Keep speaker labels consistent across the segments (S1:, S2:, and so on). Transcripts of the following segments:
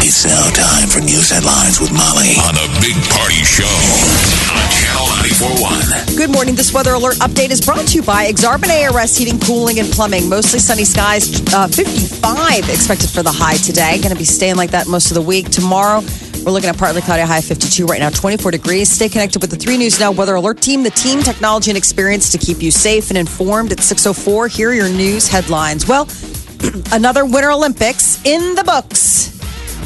S1: It's now time for news headlines with Molly on the Big Party Show on Channel 941.
S2: Good morning. This weather alert update is brought to you by Exarban ARS Heating, Cooling, and Plumbing. Mostly sunny skies, uh, 55 expected for the high today. Going to be staying like that most of the week. Tomorrow, we're looking at partly cloudy, high 52 right now, 24 degrees. Stay connected with the 3 News Now Weather Alert Team, the team, technology, and experience to keep you safe and informed. At 6.04, here are your news headlines. Well, another Winter Olympics in the books.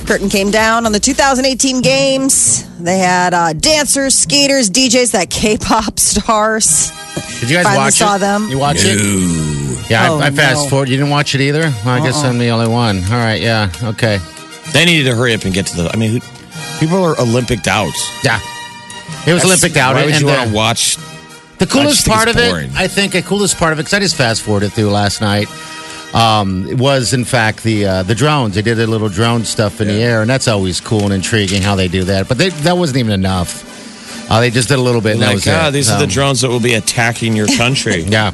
S2: Curtain came down on the 2018 games. They had uh, dancers, skaters, DJs, that K-pop stars.
S3: Did you guys
S2: Finally
S3: watch
S2: saw
S3: it?
S2: them.
S3: You watch it? Yeah,
S2: Oh,
S3: I, I fast
S2: no. Uh-uh.
S3: forward. You didn't watch it either. Well, I guess I'm the only one. All right. Yeah. Okay.
S4: They needed to hurry up and get to the. I mean, who, people are Olympic out.
S3: Yeah. It was Olympic out.
S4: Why would
S3: and
S4: you
S3: the-
S4: want to watch?
S3: The
S4: just
S3: coolest
S4: think
S3: part
S4: it's
S3: of it,
S4: boring.
S3: I think, the coolest part of it, because I just fast forwarded through last night, um, was in fact the uh, the drones. They did their little drone stuff in the air, and that's always cool and intriguing how they do that. But they, that wasn't even enough. Uh, they just did a little bit, and that
S4: Like,
S3: was
S4: ah,
S3: it.
S4: these are the
S3: Um,
S4: drones that will be attacking your country.
S3: Yeah.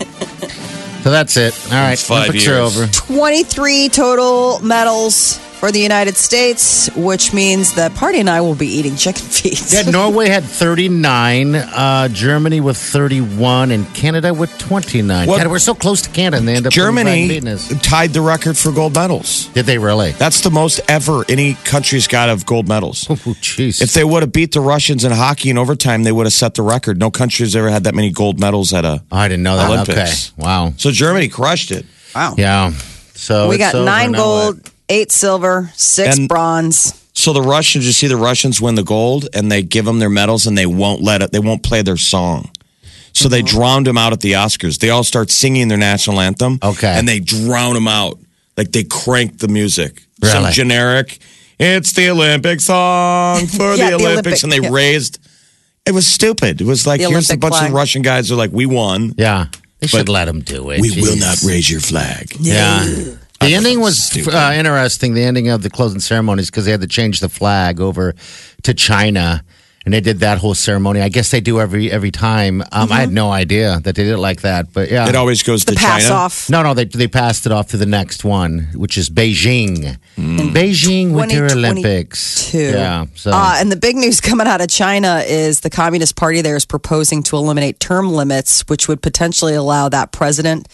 S3: so that's it. All right,
S4: five
S3: Olympics are
S4: years.
S3: over.
S2: 23 total medals for the United States, which means that Party and I will be eating chicken feet.
S3: Yeah, Norway had 39, uh, Germany with 31, and Canada with 29.
S4: What-
S3: God, we're so close to Canada, and they end up
S4: Germany
S3: beating us.
S4: tied the record for gold medals.
S3: Did they really?
S4: That's the most ever any country's got of gold medals.
S3: Oh, jeez.
S4: If they would have beat the Russians in hockey in overtime, they would have set the record. No country's ever had that many gold medals at a.
S3: Oh, I didn't know that.
S4: Olympics.
S3: Okay. Wow.
S4: So Germany crushed it.
S3: Yeah. So
S2: Oh. we
S3: it's
S2: got
S3: over.
S2: nine
S3: Now what?
S2: gold, eight silver, six
S4: And-
S2: bronze.
S4: So the Russians, you see, the Russians win the gold, and they give them their medals, and they won't let it. They won't play their song. So they
S2: Mm-hmm.
S4: drowned them out at the Oscars. They all start singing their national anthem.
S3: Okay.
S4: and they drown them out. Like they crank the music. Some
S3: Really?
S4: generic. It's the Olympic song for
S2: Yeah,
S4: the,
S2: the Olympic,
S4: Olympics, and they
S2: yeah.
S4: raised. It was stupid. It was like
S2: The
S4: here's a
S2: Olympic
S4: bunch
S2: flag.
S4: of Russian guys who are like, we won.
S3: Yeah. They
S4: But
S3: should let them do it.
S4: We will
S3: Jeez.
S4: not raise your flag.
S3: Yeah. The ending was
S4: stupid.
S3: uh, interesting. The ending of the closing ceremonies because they had to change the flag over to China, and they did that whole ceremony. I guess they do every every time. Um, I had no idea that they did it like that, but yeah.
S4: Mm-hmm. It always goes
S2: The
S4: to
S2: pass
S4: China.
S2: off.
S3: no, no, they they passed it off to the next one, which is Beijing.
S4: Mm.
S3: Beijing with their
S2: 2022.
S3: Olympics. Yeah. So
S2: Uh, and the big news coming out of China is the Communist Party there is proposing to eliminate term limits, which would potentially allow that president,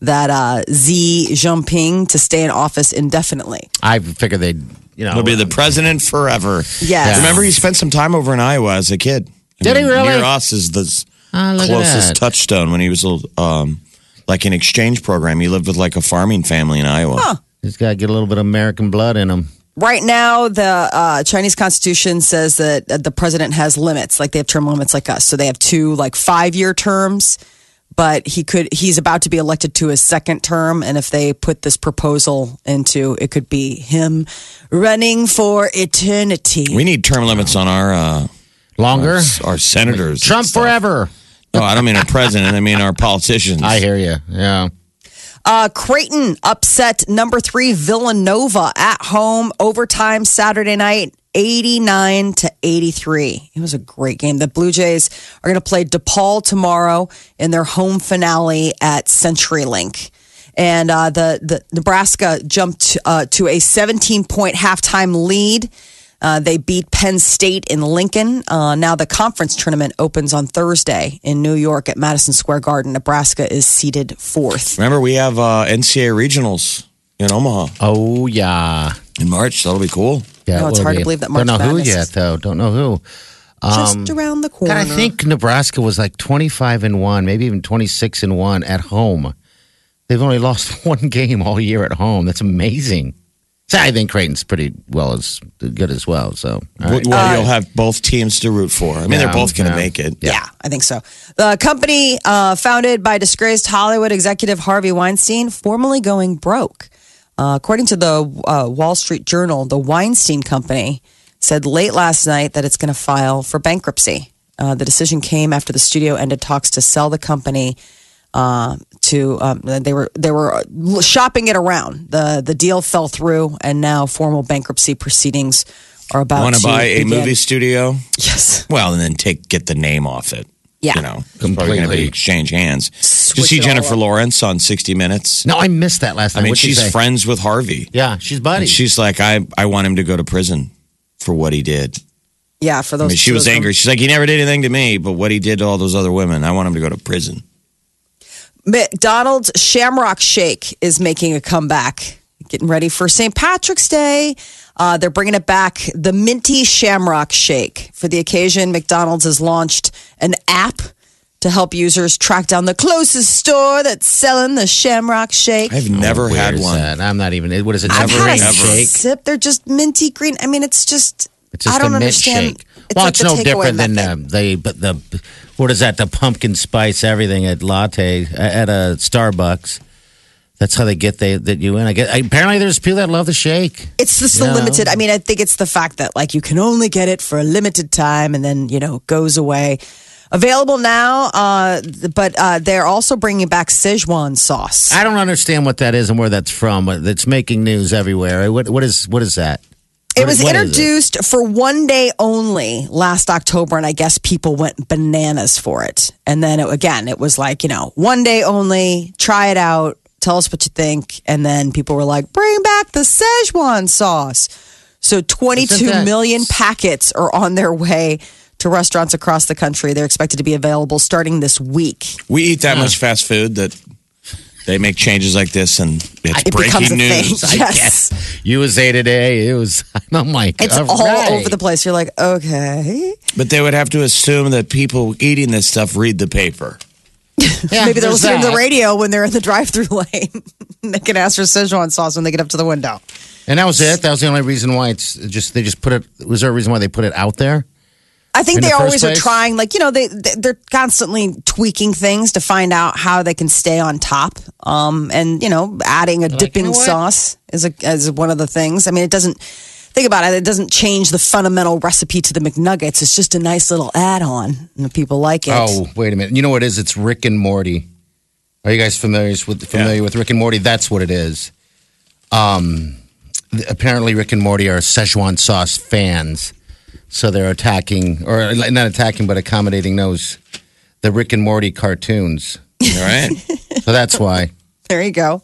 S2: that uh, Xi Jinping, to stay in office indefinitely.
S3: I figured they'd you know
S4: He'll be the president forever.
S2: Yes.
S4: Remember, he spent some time over in Iowa as a kid. I
S3: Did he really?
S4: Near us is the s-
S3: Ah, look at
S4: closest
S3: that.
S4: touchstone when he was um, like an exchange program. He lived with like a farming family in Iowa.
S3: Just got to get a little bit of American blood in them.
S2: Right now, the uh, Chinese Constitution says that uh, the president has limits, like they have term limits, like us. So they have two, like five-year terms, but he could he's about to be elected to his second term, and if they put this proposal into, it could be him running for eternity.
S4: We need term limits on our uh,
S3: Longer?
S4: our senators. and
S3: Trump
S4: stuff.
S3: forever.
S4: No, I don't mean our president. I mean our politicians.
S3: I hear you. Yeah.
S2: Uh, Creighton upset number three Villanova at home overtime Saturday night, 89 to 83. It was a great game. The Blue Jays are going to play DePaul tomorrow in their home finale at CenturyLink. And uh, the, the Nebraska jumped uh, to a 17 point halftime lead. Uh, they beat Penn State in Lincoln. Uh, now the conference tournament opens on Thursday in New York at Madison Square Garden. Nebraska is seeded fourth.
S4: Remember, we have uh, NCAA regionals in Omaha
S3: Oh yeah.
S4: in March. That'll be cool.
S3: Yeah.
S2: No,
S3: it
S2: it's
S3: will
S2: hard to
S3: be.
S2: believe that March
S3: Don't know who
S2: Madness
S3: yet
S2: is-
S3: though. Don't know who.
S2: just
S4: Um,
S2: around the corner.
S3: God, I think Nebraska was like twenty five and one, maybe even twenty six and one at home. They've only lost one game all year at home. That's amazing. So I think Creighton's pretty well as good as well. So all right. Uh,
S4: Well, you'll have both teams to root for. I mean,
S3: Yeah,
S4: they're both going to
S3: yeah.
S4: make it.
S2: Yeah. I think so. The company uh, founded by disgraced Hollywood executive Harvey Weinstein, formerly going broke. Uh, according to the uh, Wall Street Journal, the Weinstein Company said late last night that it's going to file for bankruptcy. Uh, the decision came after the studio ended talks to sell the company. Uh, to um, they were they were uh, shopping it around. the The deal fell through, and now formal bankruptcy proceedings are about.
S4: Want to buy a
S2: begin.
S4: movie studio?
S2: Yes.
S4: Well, and then take get the name off it.
S2: Yeah.
S4: you know, it's probably going to
S3: Completely.
S4: be exchange hands. Did you
S2: Switch
S4: see
S2: it
S4: Jennifer
S2: all
S4: Lawrence on 60 Minutes?
S3: No, I missed that last night.
S4: I mean,
S3: What'd she say?
S4: she's friends with Harvey.
S3: Yeah, she's buddy.
S4: And she's like, I, I want him to go to prison for what he did.
S2: Yeah, for those.
S4: I mean, she
S2: two
S4: was
S2: of them.
S4: angry. She's like, he never did anything to me, but what he did to all those other women, I want him to go to prison.
S2: McDonald's Shamrock Shake is making a comeback, getting ready for St. Patrick's Day. Uh, they're bringing it back, the Minty Shamrock Shake. For the occasion, McDonald's has launched an app to help users track down the closest store that's selling the Shamrock Shake.
S4: I've never
S3: Where
S4: had
S3: is
S4: one.
S3: that? I'm not even. What is it?
S2: I've
S3: Never
S2: had a
S3: rain shake.
S2: sip. They're just minty green. I mean, it's just,
S3: It's just
S2: I don't
S3: a mint
S2: understand.
S3: shake. well,
S2: like
S3: it's
S2: the
S3: no
S2: takeaway
S3: different than
S2: method.
S3: um, the but the what is that? The pumpkin spice everything at latte at a Starbucks. That's how they get they that you in. I guess apparently there's people that love the shake.
S2: It's just the
S3: Yeah.
S2: limited. I mean, I think it's the fact that like you can only get it for a limited time, and then you know it goes away. Available now, uh, but uh, they're also bringing back Szechuan sauce.
S3: I don't understand what that is and where that's from. It's making news everywhere. What what is what is that?
S2: it was
S3: What is
S2: introduced for one day only last October, and I guess people went bananas for it. And then it, again, it was like you know one day only, try it out, tell us what you think, and then people were like, bring back the Szechuan sauce. So 22
S3: Isn't that-
S2: million packets are on their way to restaurants across the country. They're expected to be available starting this week.
S4: We eat that much fast food that they make changes like this, and it's
S2: It becomes a
S4: breaking
S2: thing.
S4: news.
S3: I
S2: Yes.
S3: guess USA Today. It was. I'm like,
S2: It's
S3: all
S2: all
S3: right.
S2: over the place. You're like, okay.
S4: But they would have to assume that people eating this stuff read the paper.
S3: Yeah,
S2: Maybe they're
S3: there's
S2: listening to the
S3: that.
S2: radio when they're in the drive-through lane. they can ask for Szechuan sauce when they get up to the window.
S3: And that was it. That was the only reason why it's just they just put it. Was there a reason why they put it out there?
S2: I think
S3: In
S2: they
S3: the
S2: always
S3: first
S2: are
S3: place?
S2: trying, like you know, they they- they're constantly tweaking things to find out how they can stay on top. Um, and you know, adding a dipping
S3: you know what?
S2: sauce is a is one of the things. I mean, it doesn't. Think about it. It doesn't change the fundamental recipe to the McNuggets. It's just a nice little add-on, and people like it.
S3: Oh, wait a minute. You know what it is? It's Rick and Morty. Are you guys familiar with familiar with Rick and Morty? That's what it is. Um, th- apparently Rick and Morty are Szechuan sauce fans, so they're attacking or like, not attacking, but accommodating those the Rick and Morty cartoons.
S4: All right.
S3: So that's why.
S2: There you go.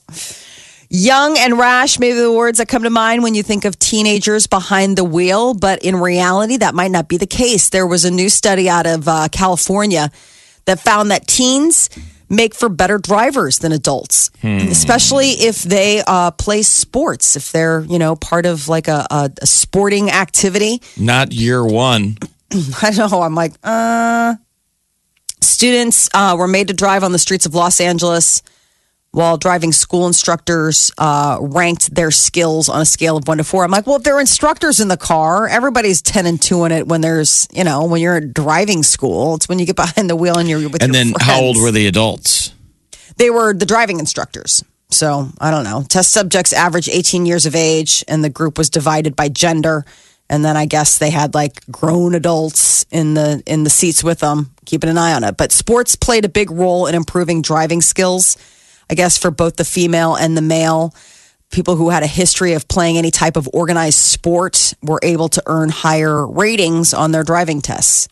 S2: Young and rash, maybe the words that come to mind when you think of teenagers behind the wheel, but in reality, that might not be the case. There was a new study out of uh, California that found that teens make for better drivers than adults, especially if they uh, play sports, if they're, you know, part of like a, a, a sporting activity.
S4: Not year one.
S2: I know. I'm like, uh. Students uh, were made to drive on the streets of Los Angeles while driving school instructors uh, ranked their skills on a scale of one to four. I'm like, well, if there are instructors in the car, everybody's 10 and two in it when there's, you know, when you're at driving school. It's when you get behind the wheel and you're with
S4: And
S2: your
S4: then how old
S2: friends.
S4: were the adults?
S2: They were the driving instructors. So I don't know. Test subjects average 18 years of age, and the group was divided by gender. And then I guess they had like grown adults in the in the seats with them, keeping an eye on it. But sports played a big role in improving driving skills, I guess, for both the female and the male. People who had a history of playing any type of organized sport were able to earn higher ratings on their driving tests.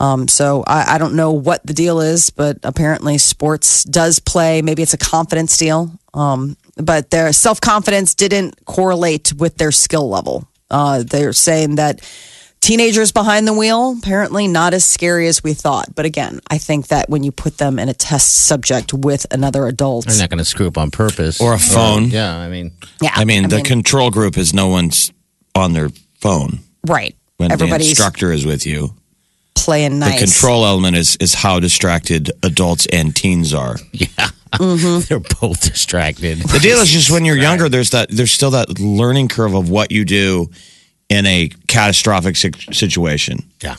S2: Um, so I, I don't know what the deal is, but apparently sports does play. Maybe it's a confidence deal. Um, but their self confidence didn't correlate with their skill level. Uh, they're saying that teenagers behind the wheel apparently not as scary as we thought. But again, I think that when you put them in a test subject with another adult,
S3: They're not going to screw up on purpose
S4: Or a phone.
S3: yeah, I mean,
S2: yeah,
S4: I mean, the control group is no one's on their phone
S2: right?
S4: when the
S2: Everybody's
S4: instructor is with you.
S2: playing
S4: The
S2: nice.
S4: control element is is how distracted adults and teens are.
S3: they're both distracted.
S4: The deal is just when you're younger, there's that there's still that learning curve of what you do in a catastrophic si- situation
S3: Yeah.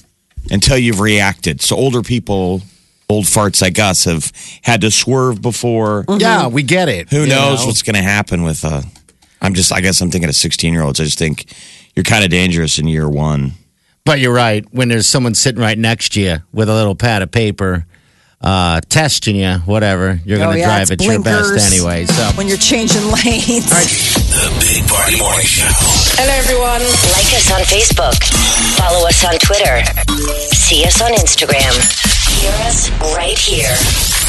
S4: until you've reacted. So older people, old farts like us, have had to swerve before.
S3: Yeah, we get it.
S4: Who
S3: you
S4: knows
S3: know?
S4: what's going to happen with a I'm just, I guess I'm thinking of 16 year olds. I just think you're kind of dangerous in year one.
S3: But you're right. When there's someone sitting right next to you with a little pad of paper, uh, testing you, whatever, you're going
S2: Oh,
S3: to
S2: yeah,
S3: drive at
S2: it's
S3: your
S2: blinkers.
S3: best anyway. So
S2: When you're changing lanes.
S1: The Big Party Morning Show.
S5: Hello, everyone.
S6: Like us on Facebook. Follow us on Twitter. See us on Instagram. Hear us right here.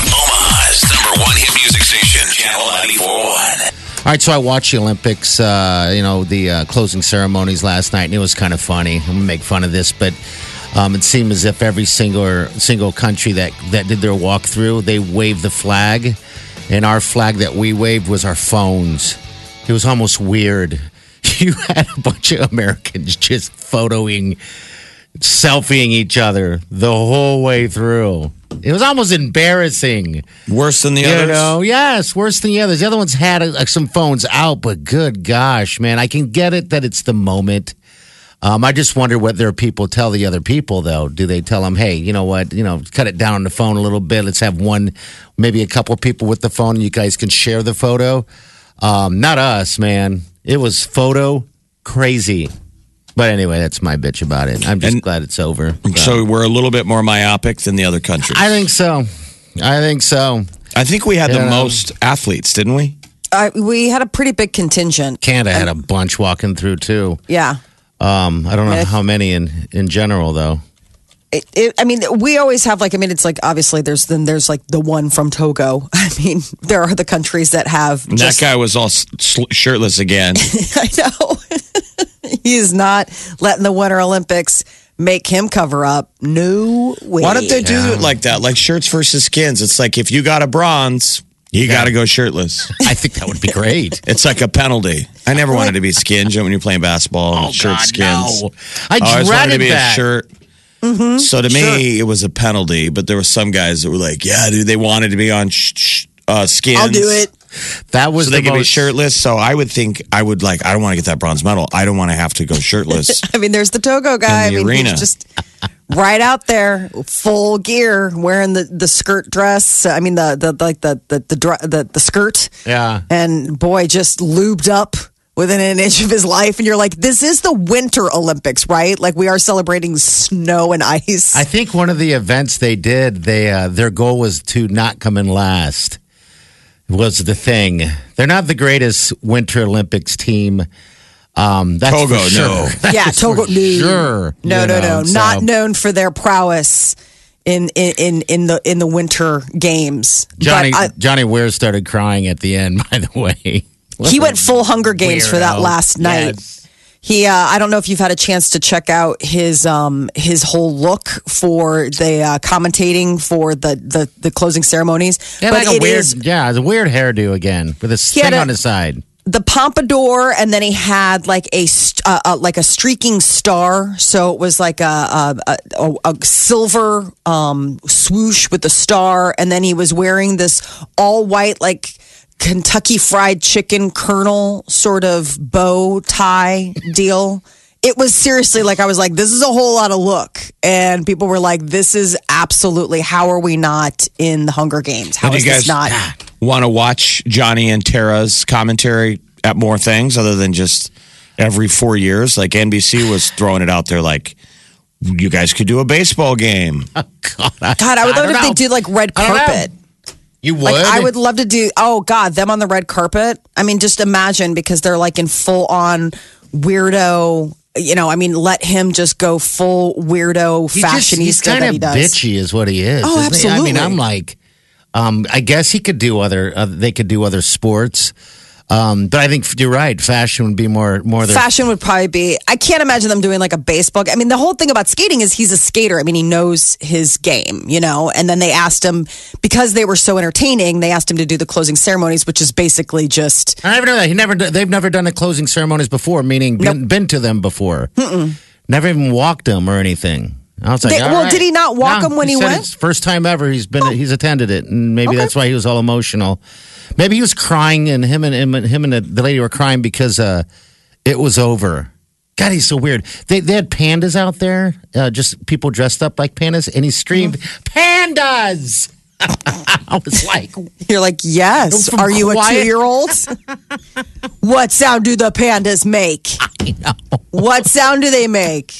S1: Omaha's number one hit music station, Channel 941.
S3: All right, so I watched the Olympics, uh, you know, the uh, closing ceremonies last night, and it was kind of funny. I'm gonna make fun of this, but um, it seemed as if every single single country that that did their walkthrough, they waved the flag, and our flag that we waved was our phones. It was almost weird. You had a bunch of Americans just photoing, selfieing each other the whole way through. It was almost embarrassing.
S4: Worse than the
S3: You
S4: others?
S3: know, yes, worse than the others. The other ones had uh, some phones out, but good gosh, man, I can get it that it's the moment. Um, I just wonder what their people tell the other people, though. Do they tell them, "Hey, you know what? You know, cut it down on the phone a little bit. Let's have one, maybe a couple people with the phone, and you guys can share the photo." Um, not us, man. It was photo crazy. But anyway, that's my bitch about it. I'm just
S4: And-
S3: glad it's over.
S4: So we're a little bit more myopic than the other countries.
S3: I think so. I think so.
S4: I think we had the
S3: Yeah.
S4: most athletes, didn't we?
S2: Uh, we had a pretty big contingent.
S3: Canada had a bunch walking through too.
S2: Yeah.
S3: Um, I don't know
S2: Yes.
S3: how many in in general though.
S2: It, it, I mean, we always have like, I mean, it's like obviously there's then there's like the one from Togo. I mean, there are the countries that have
S4: And
S2: just,
S4: that guy was all s- sl- shirtless again.
S2: I know. He's not letting the Winter Olympics make him cover up. No way.
S4: Why don't they do it like that? Like shirts versus skins. It's like if you got a bronze, you got to go shirtless.
S3: I think that would be great.
S4: It's like a penalty. I never wanted to be skinned when you're playing basketball. shirt skins.
S3: no. I
S4: Oh, I always wanted to
S3: dreaded
S4: be
S3: that.
S4: a shirt.
S2: Mm-hmm.
S4: So to me, it was a penalty. But there were some guys that were like, "Yeah, dude, they wanted to be on sh- sh- uh, skins.
S2: I'll do it.
S3: That was
S4: So
S3: the
S4: they could be
S3: most
S4: shirtless. So I would think I would like. I don't want to get that bronze medal. I don't want to have to go shirtless.
S2: I mean, there's the Togo guy.
S4: In the
S2: I mean,
S4: arena.
S2: he's just right out there, full gear, wearing the, the skirt dress. I mean, the the like the the the dr- the, the skirt.
S3: Yeah.
S2: And boy, just lubed up within an inch of his life, and you're like, this is the Winter Olympics, right? Like we are celebrating snow and ice.
S3: I think one of the events they did, they uh, their goal was to not come in last. Was the thing. They're not the greatest Winter Olympics team. Um, that's
S4: Togo,
S3: for sure.
S4: no.
S2: yeah,
S3: That's
S2: Togo.
S3: for sure.
S2: No, no,
S3: you know,
S2: no.
S3: so-
S2: Not known for their prowess. In, in in in the in the winter games, But
S3: Johnny
S2: I-
S3: Johnny Weir started crying at the end. By the way,
S2: he went full Hunger Games for that
S3: Weirdo.
S2: last night.
S3: Yes.
S2: He, uh, I don't know if you've had a chance to check out his um, his whole look for the uh, commentating for the, the the closing ceremonies,
S3: And
S2: but
S3: like a
S2: it
S3: weird,
S2: is
S3: yeah, it's a weird hairdo again with a
S2: He had
S3: thing
S2: a-
S3: on his side.
S2: the pompadour, and then he had like a st- uh, uh, like a streaking star, so it was like a a, a, a, a silver um, swoosh with the star, and then he was wearing this all white like. Kentucky Fried Chicken Colonel sort of bow tie deal. It was seriously like I was like, this is a whole lot of look, and people were like, this is absolutely. How are we not in the Hunger Games? How
S4: Did
S2: is
S4: you
S2: this
S4: guys-
S2: not?
S4: want to watch Johnny and Tara's commentary at more things other than just every four years. Like NBC was throwing it out there, like you guys could do a baseball game.
S3: God, I,
S2: God, I would love
S3: I don't
S2: if they
S3: know.
S2: did like red
S3: I don't know.
S2: carpet.
S3: you would.
S2: Like I would love to do. Oh God, them on the red carpet. I mean, just imagine because they're like in full on weirdo. You know, I mean, let him just go full weirdo
S3: He just- He's
S2: fashionista
S3: kind
S2: that he
S3: of
S2: does.
S3: bitchy, is what he is.
S2: Oh,
S3: isn't he? I mean,
S2: absolutely.
S3: I'm like, um, I guess he could do other. Uh, they could do other sports, um, but I think you're right. Fashion would be more more their
S2: Fashion would probably be. I can't imagine them doing like a baseball. ga- I mean, the whole thing about skating is he's a skater. I mean, he knows his game, you know. And then they asked him because they were so entertaining. They asked him to do the closing ceremonies, which is basically just
S3: I never know that. He never. They've never done the closing ceremonies before, meaning been, been to them before. Never even walked them or anything. I was like,
S2: They-
S3: all
S2: well,
S3: right.
S2: did he not walk
S3: No,
S2: 'em when he
S3: said
S2: went? Oh.
S3: it's First time ever he's been he's attended it, and maybe that's why he was all emotional. Maybe he was crying, and him and him and, him and the, the lady were crying because uh, it was over. God, he's so weird. They they had
S2: Mm-hmm.
S3: pandas out there, uh, just people dressed up like pandas, and he screamed, "Pandas!" I was like,
S2: You're like, yes.
S3: From
S2: Are you
S3: quiet-
S2: a two year old? what sound do the pandas make? What sound do they make?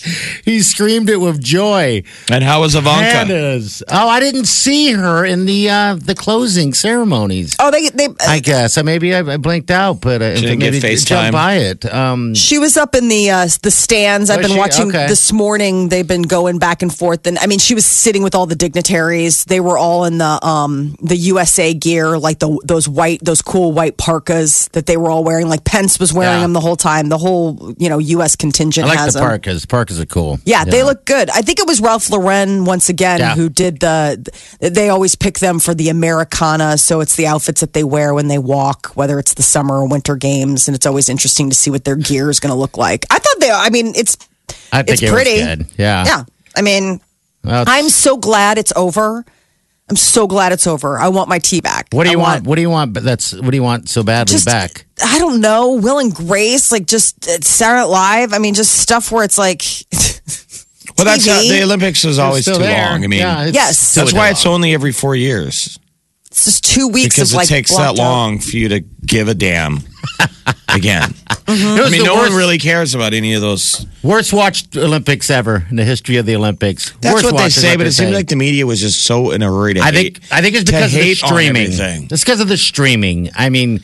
S3: he screamed it with joy.
S4: And how was Ivanka?
S3: Pandas. Oh, I didn't see her in the uh, the closing ceremonies.
S2: Oh, they they.
S3: I guess uh, maybe I, I blinked out, but uh,
S4: She didn't
S3: maybe
S4: get
S3: j-
S4: FaceTime.
S3: jump by it. Um,
S2: she was up in the uh, the stands. I've
S3: Was
S2: been
S3: she?
S2: watching
S3: Okay.
S2: this morning. They've been going back and forth, and I mean, she was sitting with all the dignitaries. They were all in the um the USA gear, like the those white those cool white parkas that they were all wearing. Like Pence was wearing
S3: Yeah.
S2: them the whole time. The whole you know U.S. contingent
S3: I like
S2: has
S3: the
S2: them.
S3: parkas. Parkas are cool.
S2: Yeah, they look good. I think it was Ralph Lauren once again
S3: Yeah.
S2: who did the. They always pick them for the Americana, so it's the outfits that they wear when they walk, whether it's the summer or winter games, and it's always interesting to see what their gear is going to look like. I thought they. I mean, it's
S3: I think
S2: it's
S3: it was
S2: pretty.
S3: good. Yeah.
S2: yeah. I mean,
S3: Well, it's-
S2: I'm so glad it's over. I'm so glad it's over. I want my tea back.
S3: What do
S2: I
S3: you want, What do you want? But that's what do you want so badly
S2: Just-
S3: back?
S2: I don't know. Will and Grace, like just uh, Saturday Night Live. I mean, just stuff where it's like.
S4: well, that's how,
S2: TV.
S4: the Olympics is always
S3: It's
S4: too
S3: still there.
S4: long. I mean,
S3: Yeah, it's
S2: Yes.
S3: still
S4: that's why
S3: there.
S4: it's only every four years
S2: It's just two weeks
S4: because
S2: of
S4: it
S2: like
S4: takes that
S2: blocked out.
S4: long for you to give a damn. Again,
S3: It was
S4: I mean,
S3: the
S4: no
S3: worst,
S4: one really cares about any of those.
S3: worst watched Olympics ever in the history of the Olympics.
S4: That's
S3: worst
S4: what they
S3: watched is
S4: say, but
S3: they
S4: it seems
S3: say.
S4: like the media was just so in a hurry to
S3: I
S4: hate.
S3: think I think it's
S4: to
S3: because of the
S4: hate on
S3: streaming.
S4: everything.
S3: It's because of the streaming. I mean,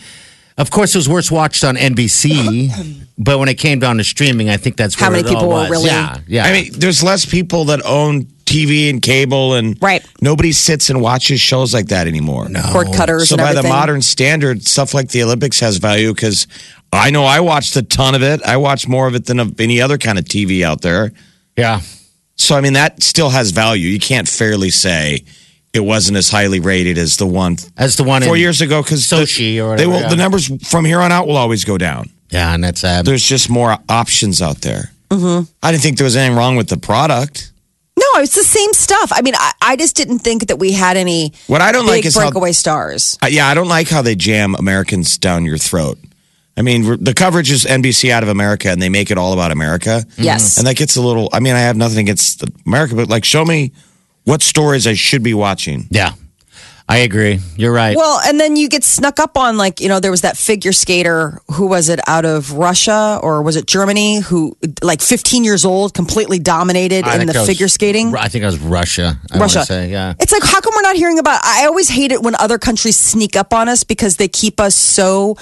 S3: of course, it was worst watched on NBC, but when it came down to streaming, I think that's
S2: How
S3: where
S2: many
S3: it all
S2: people were
S3: was.
S2: really-
S3: Yeah, yeah.
S4: I mean, there's less people that own TV and cable, and
S2: Right.
S4: Nobody sits and watches shows like that anymore. No.
S2: cord cutters
S4: Oh, So
S2: and
S4: by
S2: everything.
S4: the modern standard, stuff like the Olympics has value because I know I watched a ton of it. I watched more of it than of any other kind of TV out there.
S3: yeah.
S4: So I mean, that still has value. You can't fairly say it wasn't as highly rated as the one
S3: As the one
S4: four
S3: in,
S4: years ago because
S3: Sochi or
S4: they
S3: whatever,
S4: will.
S3: yeah.
S4: The numbers from here on out will always go down.
S3: Yeah, and that's uh, sad.
S4: There's just more options out there. Mm-hmm. I didn't think there was anything wrong with the product.
S2: No, it's the same stuff. I mean, I, I just didn't think that we had any
S4: What I don't
S2: big
S4: like is how
S2: breakaway stars.
S4: Uh, yeah, I don't like how they jam Americans down your throat. I mean, we're- the coverage is NBC out of America, and they make it all about America.
S2: Yes.
S4: and that gets a little. I mean, I have nothing against America, but like, show me what stories I should be watching.
S3: yeah, I agree. You're right.
S2: Well, and then you get snuck up on like, you know, there was that figure skater, who was it out of Russia or was it Germany, who like 15 years old, completely dominated
S4: Ah,
S3: I
S2: in
S3: think
S2: the
S3: I was-
S2: figure skating.
S3: I think it was Russia. I wanna
S2: Russia.
S3: Say. Yeah.
S2: It's like, how come we're not hearing about? I always hate it when other countries sneak up on us because they keep us so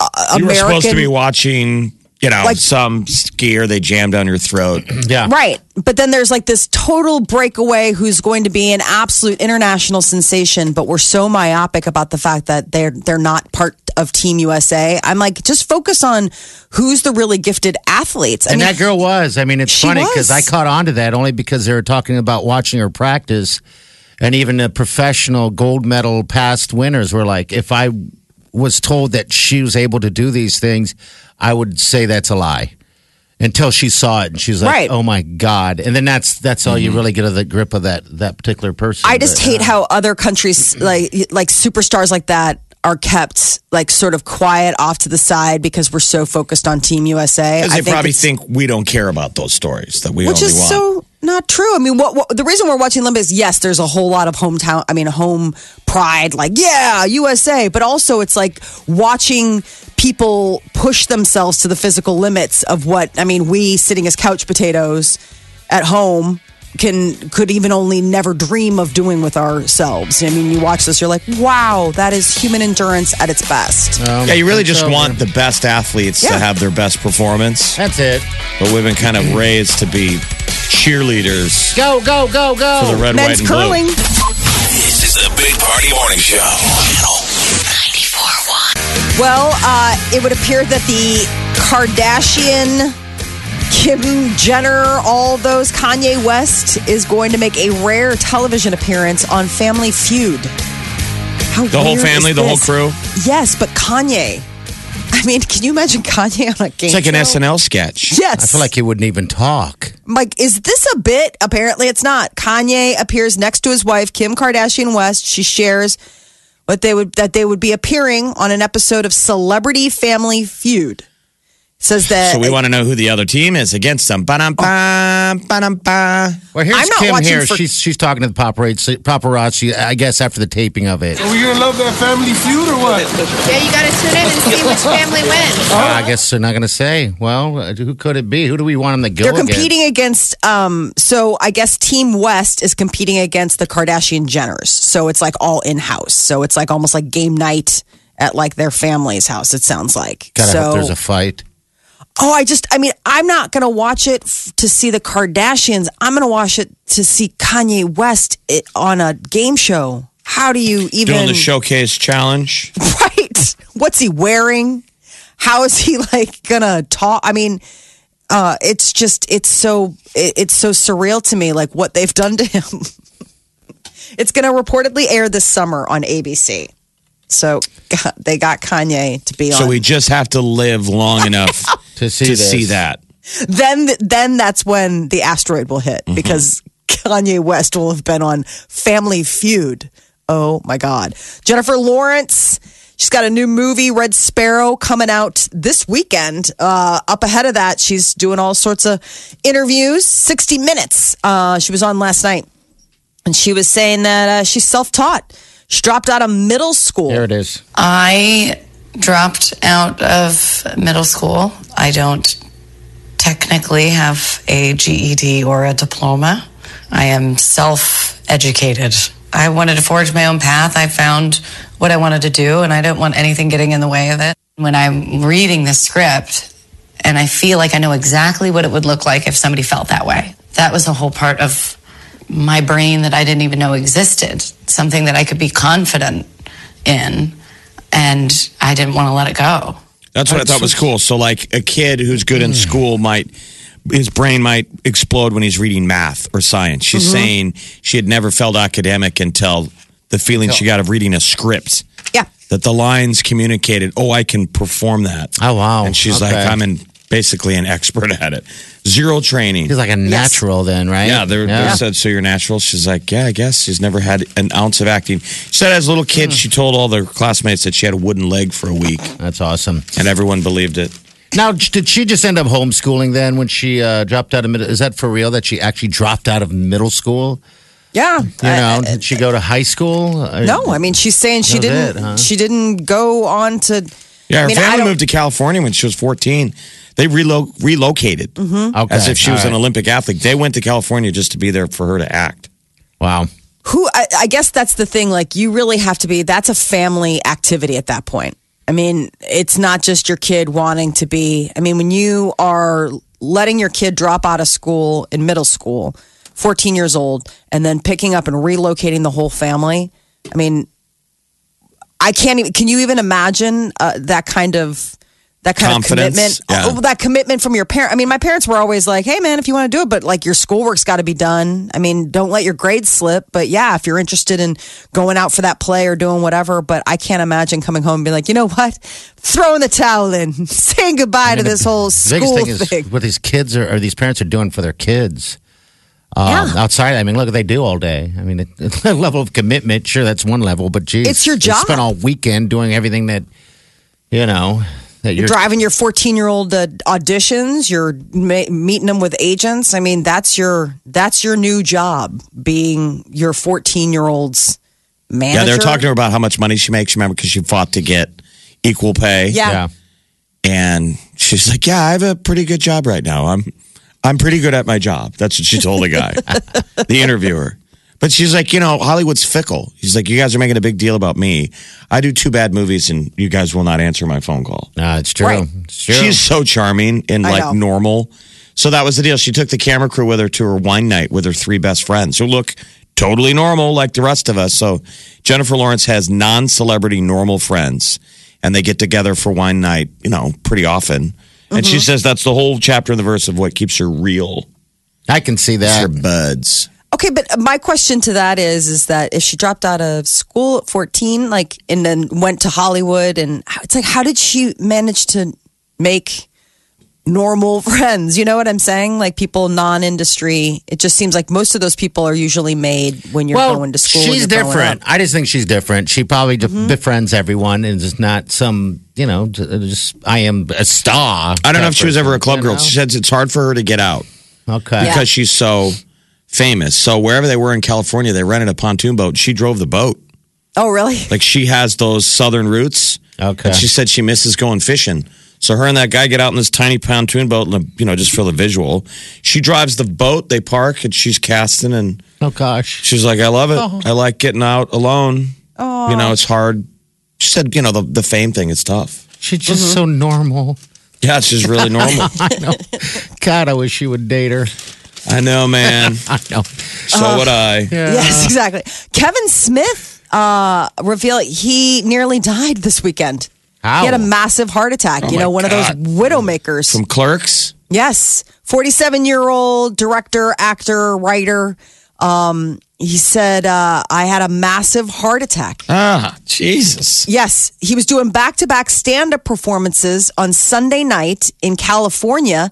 S2: uh,
S4: You were
S2: American.
S4: supposed to be watching, you know,
S2: Like-
S4: some skier they jammed down your throat.
S3: Yeah.
S2: Right. But then there's like this total breakaway who's going to be an absolute international sensation, but we're so myopic about the fact that they're they're not part of Team USA. I'm like, just focus on who's the really gifted athletes. I
S3: and
S2: mean,
S3: that girl was. I mean, it's
S2: She
S3: funny
S2: was.
S3: because I caught on to that only because they were talking about watching her practice, and even the professional gold medal past winners were like, "If I was told that she was able to do these things, I would say that's a lie." Until she saw it, and she was like,
S2: Right.
S3: "Oh my god!" And then that's that's all
S4: Mm-hmm.
S3: you really get of the grip of that that particular person.
S2: I just
S3: But,
S2: hate
S3: uh,
S2: how other countries like like superstars like that are kept like sort of quiet off to the side because we're so focused on Team USA.
S4: Because they probably
S2: it's-
S4: think we don't care about those stories that we
S2: which
S4: only
S2: is
S4: want.
S2: so not true. I mean, what, what the reason we're watching Olympics? Yes, there's a whole lot of hometown. I mean, home pride, like yeah, USA. But also, it's like watching people push themselves to the physical limits of what I mean. We sitting as couch potatoes at home can could even only never dream of doing with ourselves. I mean, you watch this, you're like, wow, that is human endurance at its best.
S4: yeah, you really
S3: it's
S4: just
S3: over.
S4: want the best athletes to
S2: Yeah.
S4: have their best performance.
S3: That's it.
S4: But we've been kind of raised to be cheerleaders
S3: Go go go go.
S4: for the red, white,
S2: Oh, Men's
S4: and
S2: curling.
S4: blue.
S1: This is the Big Party Morning Show. Channel 94.1.
S2: Well, uh, it would appear that the Kardashian, Kim Jenner, all those, Kanye West is going to make a rare television appearance on Family Feud. How
S4: The whole
S2: weird
S4: family,
S2: is
S4: the whole
S2: this?
S4: crew.
S2: Yes, but Kanye. I mean, can you imagine Kanye on a game?
S4: It's like an
S2: show?
S4: SNL sketch.
S2: Yes.
S3: I feel like he wouldn't even talk.
S2: Mike, is this a bit? Apparently, it's not. Kanye appears next to his wife, Kim Kardashian West. She shares what they would that they would be appearing on an episode of Celebrity Family Feud. Says that
S4: So we want to know who the other team is against them. Ba-dum-ba, ba-dum-ba.
S3: Well, here's
S2: I'm not
S3: Kim
S2: watching
S3: here.
S2: for-
S3: she's she's talking to the paparazzi, paparazzi, I guess, after the taping of it.
S5: Were you in love with that family feud or what?
S7: Yeah, you gotta tune in and see which family wins.
S3: Uh, I guess they're not going to say. Well, uh, who could it be? Who do we want them to go
S2: they're
S3: against?
S2: competing against. Um, so I guess Team West is competing against the Kardashian Jenners. So it's like all in house. So it's like almost like game night at like their family's house. It sounds like.
S3: God, I
S2: so
S3: hope there's a fight.
S2: oh, I just I mean I'm not gonna watch it f- to see the Kardashians. I'm gonna watch it to see Kanye West it, on a game show. How do you even
S4: Doing the showcase challenge.
S2: Right. What's he wearing? How is he like gonna talk? I mean, uh, it's just it's so it, it's so surreal to me, like what they've done to him. it's gonna reportedly air this summer on ABC. So God, they got Kanye to be on.
S4: So we just have to live long enough
S3: To see
S4: to
S3: this.
S4: see that.
S2: then then that's when the asteroid will hit
S3: Mm-hmm.
S2: because Kanye West will have been on Family Feud. Oh my God, Jennifer Lawrence. She's got a new movie, Red Sparrow, coming out this weekend. Uh, up ahead of that, she's doing all sorts of interviews. 60 Minutes. Uh, she was on last night, and she was saying that uh, she's self taught. She dropped out of middle school.
S3: There it is.
S8: I dropped out of middle school. I don't technically have a GED or a diploma. I am self educated. I wanted to forge my own path. I found what I wanted to do, and I don't want anything getting in the way of it. When I'm reading the script, and I feel like I know exactly what it would look like if somebody felt that way. That was a whole part of my brain that I didn't even know existed, something that I could be confident in, and I didn't want to let it go.
S4: That's what I thought was cool. So, like a kid who's good in school might, his brain might explode when he's reading math or science. She's saying she had never felt academic until the feeling she got of reading a script.
S2: Yeah.
S4: That the lines communicated, oh, I can perform that.
S3: Oh, wow.
S4: And she's like,
S3: Okay.
S4: I'm in basically an expert at it. Zero training.
S3: He's like a natural, then, right?
S4: Yeah, they're, they said so you're natural. She's like, yeah, I guess she's never had an ounce of acting. She said as a little kid, she told all their classmates that she had a wooden leg for a week,
S3: That's awesome.
S4: and everyone believed it.
S3: Now, j- did she just end up homeschooling then when she uh, dropped out of middle? Is that for real? That she actually dropped out of middle school?
S2: Yeah.
S3: You know, did she go to high school? Uh,
S2: Uh, No, I mean she's saying she
S3: That was
S2: didn't.
S3: it, huh?
S2: She didn't go on to.
S4: Yeah, her
S2: I mean, I
S4: family
S2: don't-
S4: moved to California when she was 14. They relo- relocated
S3: okay.
S4: as if she
S3: all
S4: was an
S3: Mm-hmm. right.
S4: Olympic athlete. They went to California just to be there for her to act.
S3: Wow.
S2: who I, I guess that's the thing like you really have to be that's a family activity at that point i mean it's not just your kid wanting to be i mean when you are letting your kid drop out of school in middle school 14 years old and then picking up and relocating the whole family i mean i can't even can you even imagine uh, that kind of that kind
S4: Confidence,
S2: of commitment
S4: yeah.
S2: Oh, that commitment from your parent i mean my parents were always like hey man if you want to do it but like your schoolwork's got to be done i mean don't let your grades slip but yeah if you're interested in going out for that play or doing whatever but i can't imagine coming home and being like you know what throwing the towel in saying goodbye to this whole
S3: The biggest
S2: school
S3: thing
S2: thing,
S3: is what these kids are, or these parents are doing for their kids. Um, Outside, I mean, look what they do all day. I mean, it, it's a level of commitment. Sure, that's one level, but geez,
S2: It's your
S3: they
S2: job.
S3: spent all weekend doing everything that you know that you're.
S2: driving your 14 year old uh, auditions you're ma- meeting them with agents i mean that's your that's your new job being your 14 year old's manager
S4: Yeah, they were talking to her about how much money she makes, remember, because she fought to get equal pay.
S2: yeah.
S3: yeah.
S4: And she's like, "Yeah, I have a pretty good job right now. I'm I'm pretty good at my job." That's what she told the guy, the interviewer. But she's like, "You know, Hollywood's fickle." She's like, "You guys are making a big deal about me. I do two bad movies and you guys will not answer my phone call."
S3: No, it's true.
S2: Right.
S3: It's true.
S4: She's so charming and
S2: I
S4: like
S2: know.
S4: normal. So that was the deal. She took the camera crew with her to her wine night with her three best friends who look totally normal like the rest of us. So Jennifer Lawrence has non celebrity normal friends and they get together for wine night, you know, pretty often. And she says that's the whole chapter in the verse of what keeps her real.
S3: I can see
S4: It's
S3: that.
S4: her buds.
S2: Okay, but my question to that is, is that if she dropped out of school at fourteen, like, and then went to Hollywood, and how- it's like, how did she manage to make normal friends. You know what I'm saying? Like people non industry. It just seems like most of those people are usually made when you're
S3: well,
S2: going to school. when
S3: she's
S2: you're growing
S3: different.
S2: up. Mm-hmm.
S3: I just think she's different. She probably de- befriends everyone and is not some, you know, j- just I am a star.
S4: I don't know if
S3: type
S4: she was ever
S3: person,
S4: a club
S3: you
S4: girl.
S3: know?
S4: She says it's hard for her to get out
S3: Okay.
S4: because she's so famous. So wherever they were in California, they rented a pontoon boat. She drove the boat.
S2: Oh, really?
S4: Like she has those southern roots.
S3: Okay.
S4: And she said she misses going fishing. So her and that guy get out in this tiny pontoon boat, and, you know, just for the visual. She drives the boat. They park, and she's casting, and
S3: oh gosh.
S4: she's like, "I love it. I like getting out alone. You know, it's hard." She said, "You know, the the fame thing is tough.
S3: She's just so normal.
S4: Yeah, it's just really normal.
S3: I know. God, I wish you would date her.
S4: I know, man.
S3: I know.
S4: So would I.
S2: Yes, exactly. Kevin Smith uh, revealed he nearly died this weekend.
S3: How? Oh
S2: He had a massive heart attack. you
S4: my
S2: know, one
S4: God.
S2: of those widowmakers.
S4: From Clerks.
S2: Yes, 47 year old director, actor, writer. Um, he said, uh, I had a massive heart attack.
S4: Ah, Jesus.
S2: Yes, he was doing back to back stand up performances on Sunday night in California.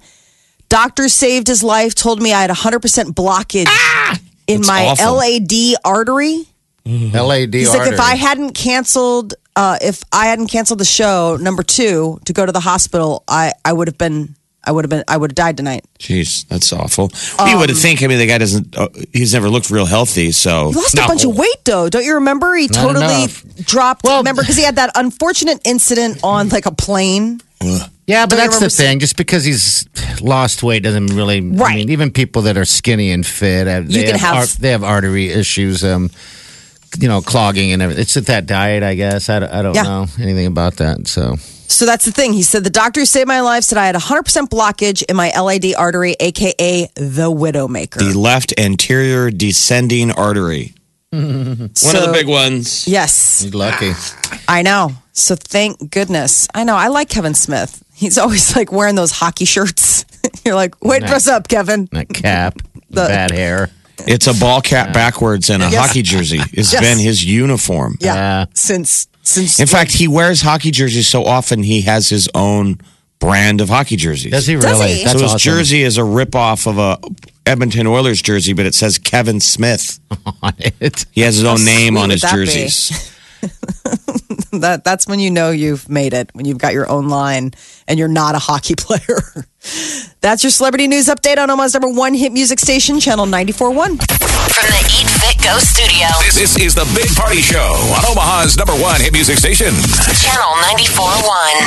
S2: Doctors saved his life, told me I had 100% blockage in
S4: That's
S2: my
S4: awful.
S2: LAD artery.
S3: LAD.
S2: He's like, if I hadn't canceled, uh, if I hadn't canceled the show number two to go to the hospital, I, I would have been, I would have been, I would have died tonight.
S4: Jeez, that's awful. you would think. I mean, the guy doesn't. Uh, he's never looked real healthy. So
S2: He lost
S3: No.
S2: a bunch of weight though. Don't you remember? He
S3: Not
S2: totally
S3: enough.
S2: dropped.
S3: Well-
S2: remember because he had that unfortunate incident on like a plane.
S3: Yeah, but
S2: Don't you
S3: that's the
S2: remember
S3: thing. Just because he's lost weight doesn't really. I
S2: Right.
S3: mean, even people that are skinny and fit, uh,
S2: You
S3: they
S2: can have-
S3: ar- they have artery issues. Um, you know, clogging and everything. It's at that diet, I guess. I, don't- I don't
S2: Yeah.
S3: know anything about that. So
S2: So that's the thing. He said the doctor who saved my life said I had 100% blockage in my LAD artery, aka the widowmaker.
S4: the left anterior descending artery, one of the big ones.
S2: yes,
S3: you're lucky.
S2: I know. So thank goodness. I know. I like Kevin Smith. He's always like wearing those hockey shirts. You're like, wait,
S3: Nice.
S2: dress up, Kevin.
S3: That cap,
S2: The-
S3: bad hair.
S4: It's a ball cap backwards and a hockey jersey. Has
S2: Yes.
S4: been his uniform.
S2: Yeah.
S3: Yeah.
S2: Since since
S4: In fact, he wears hockey jerseys so often he has his own brand of hockey jerseys.
S3: Does he really?
S2: he?
S3: That's
S4: so his
S3: awesome.
S4: jersey is a ripoff of a Edmonton Oilers jersey, but it says Kevin Smith.
S3: on it.
S4: He has his own name
S2: sweet
S4: on
S2: would
S4: his
S2: that be?
S4: jerseys.
S2: that that's when you know you've made it when you've got your own line and you're not a hockey player. that's your celebrity news update on Omaha's number one hit music station, channel 94.1.
S6: From the Eat Fit Go studio,
S1: This is the Big Party Show on Omaha's number one hit music station.
S6: Channel 94.1.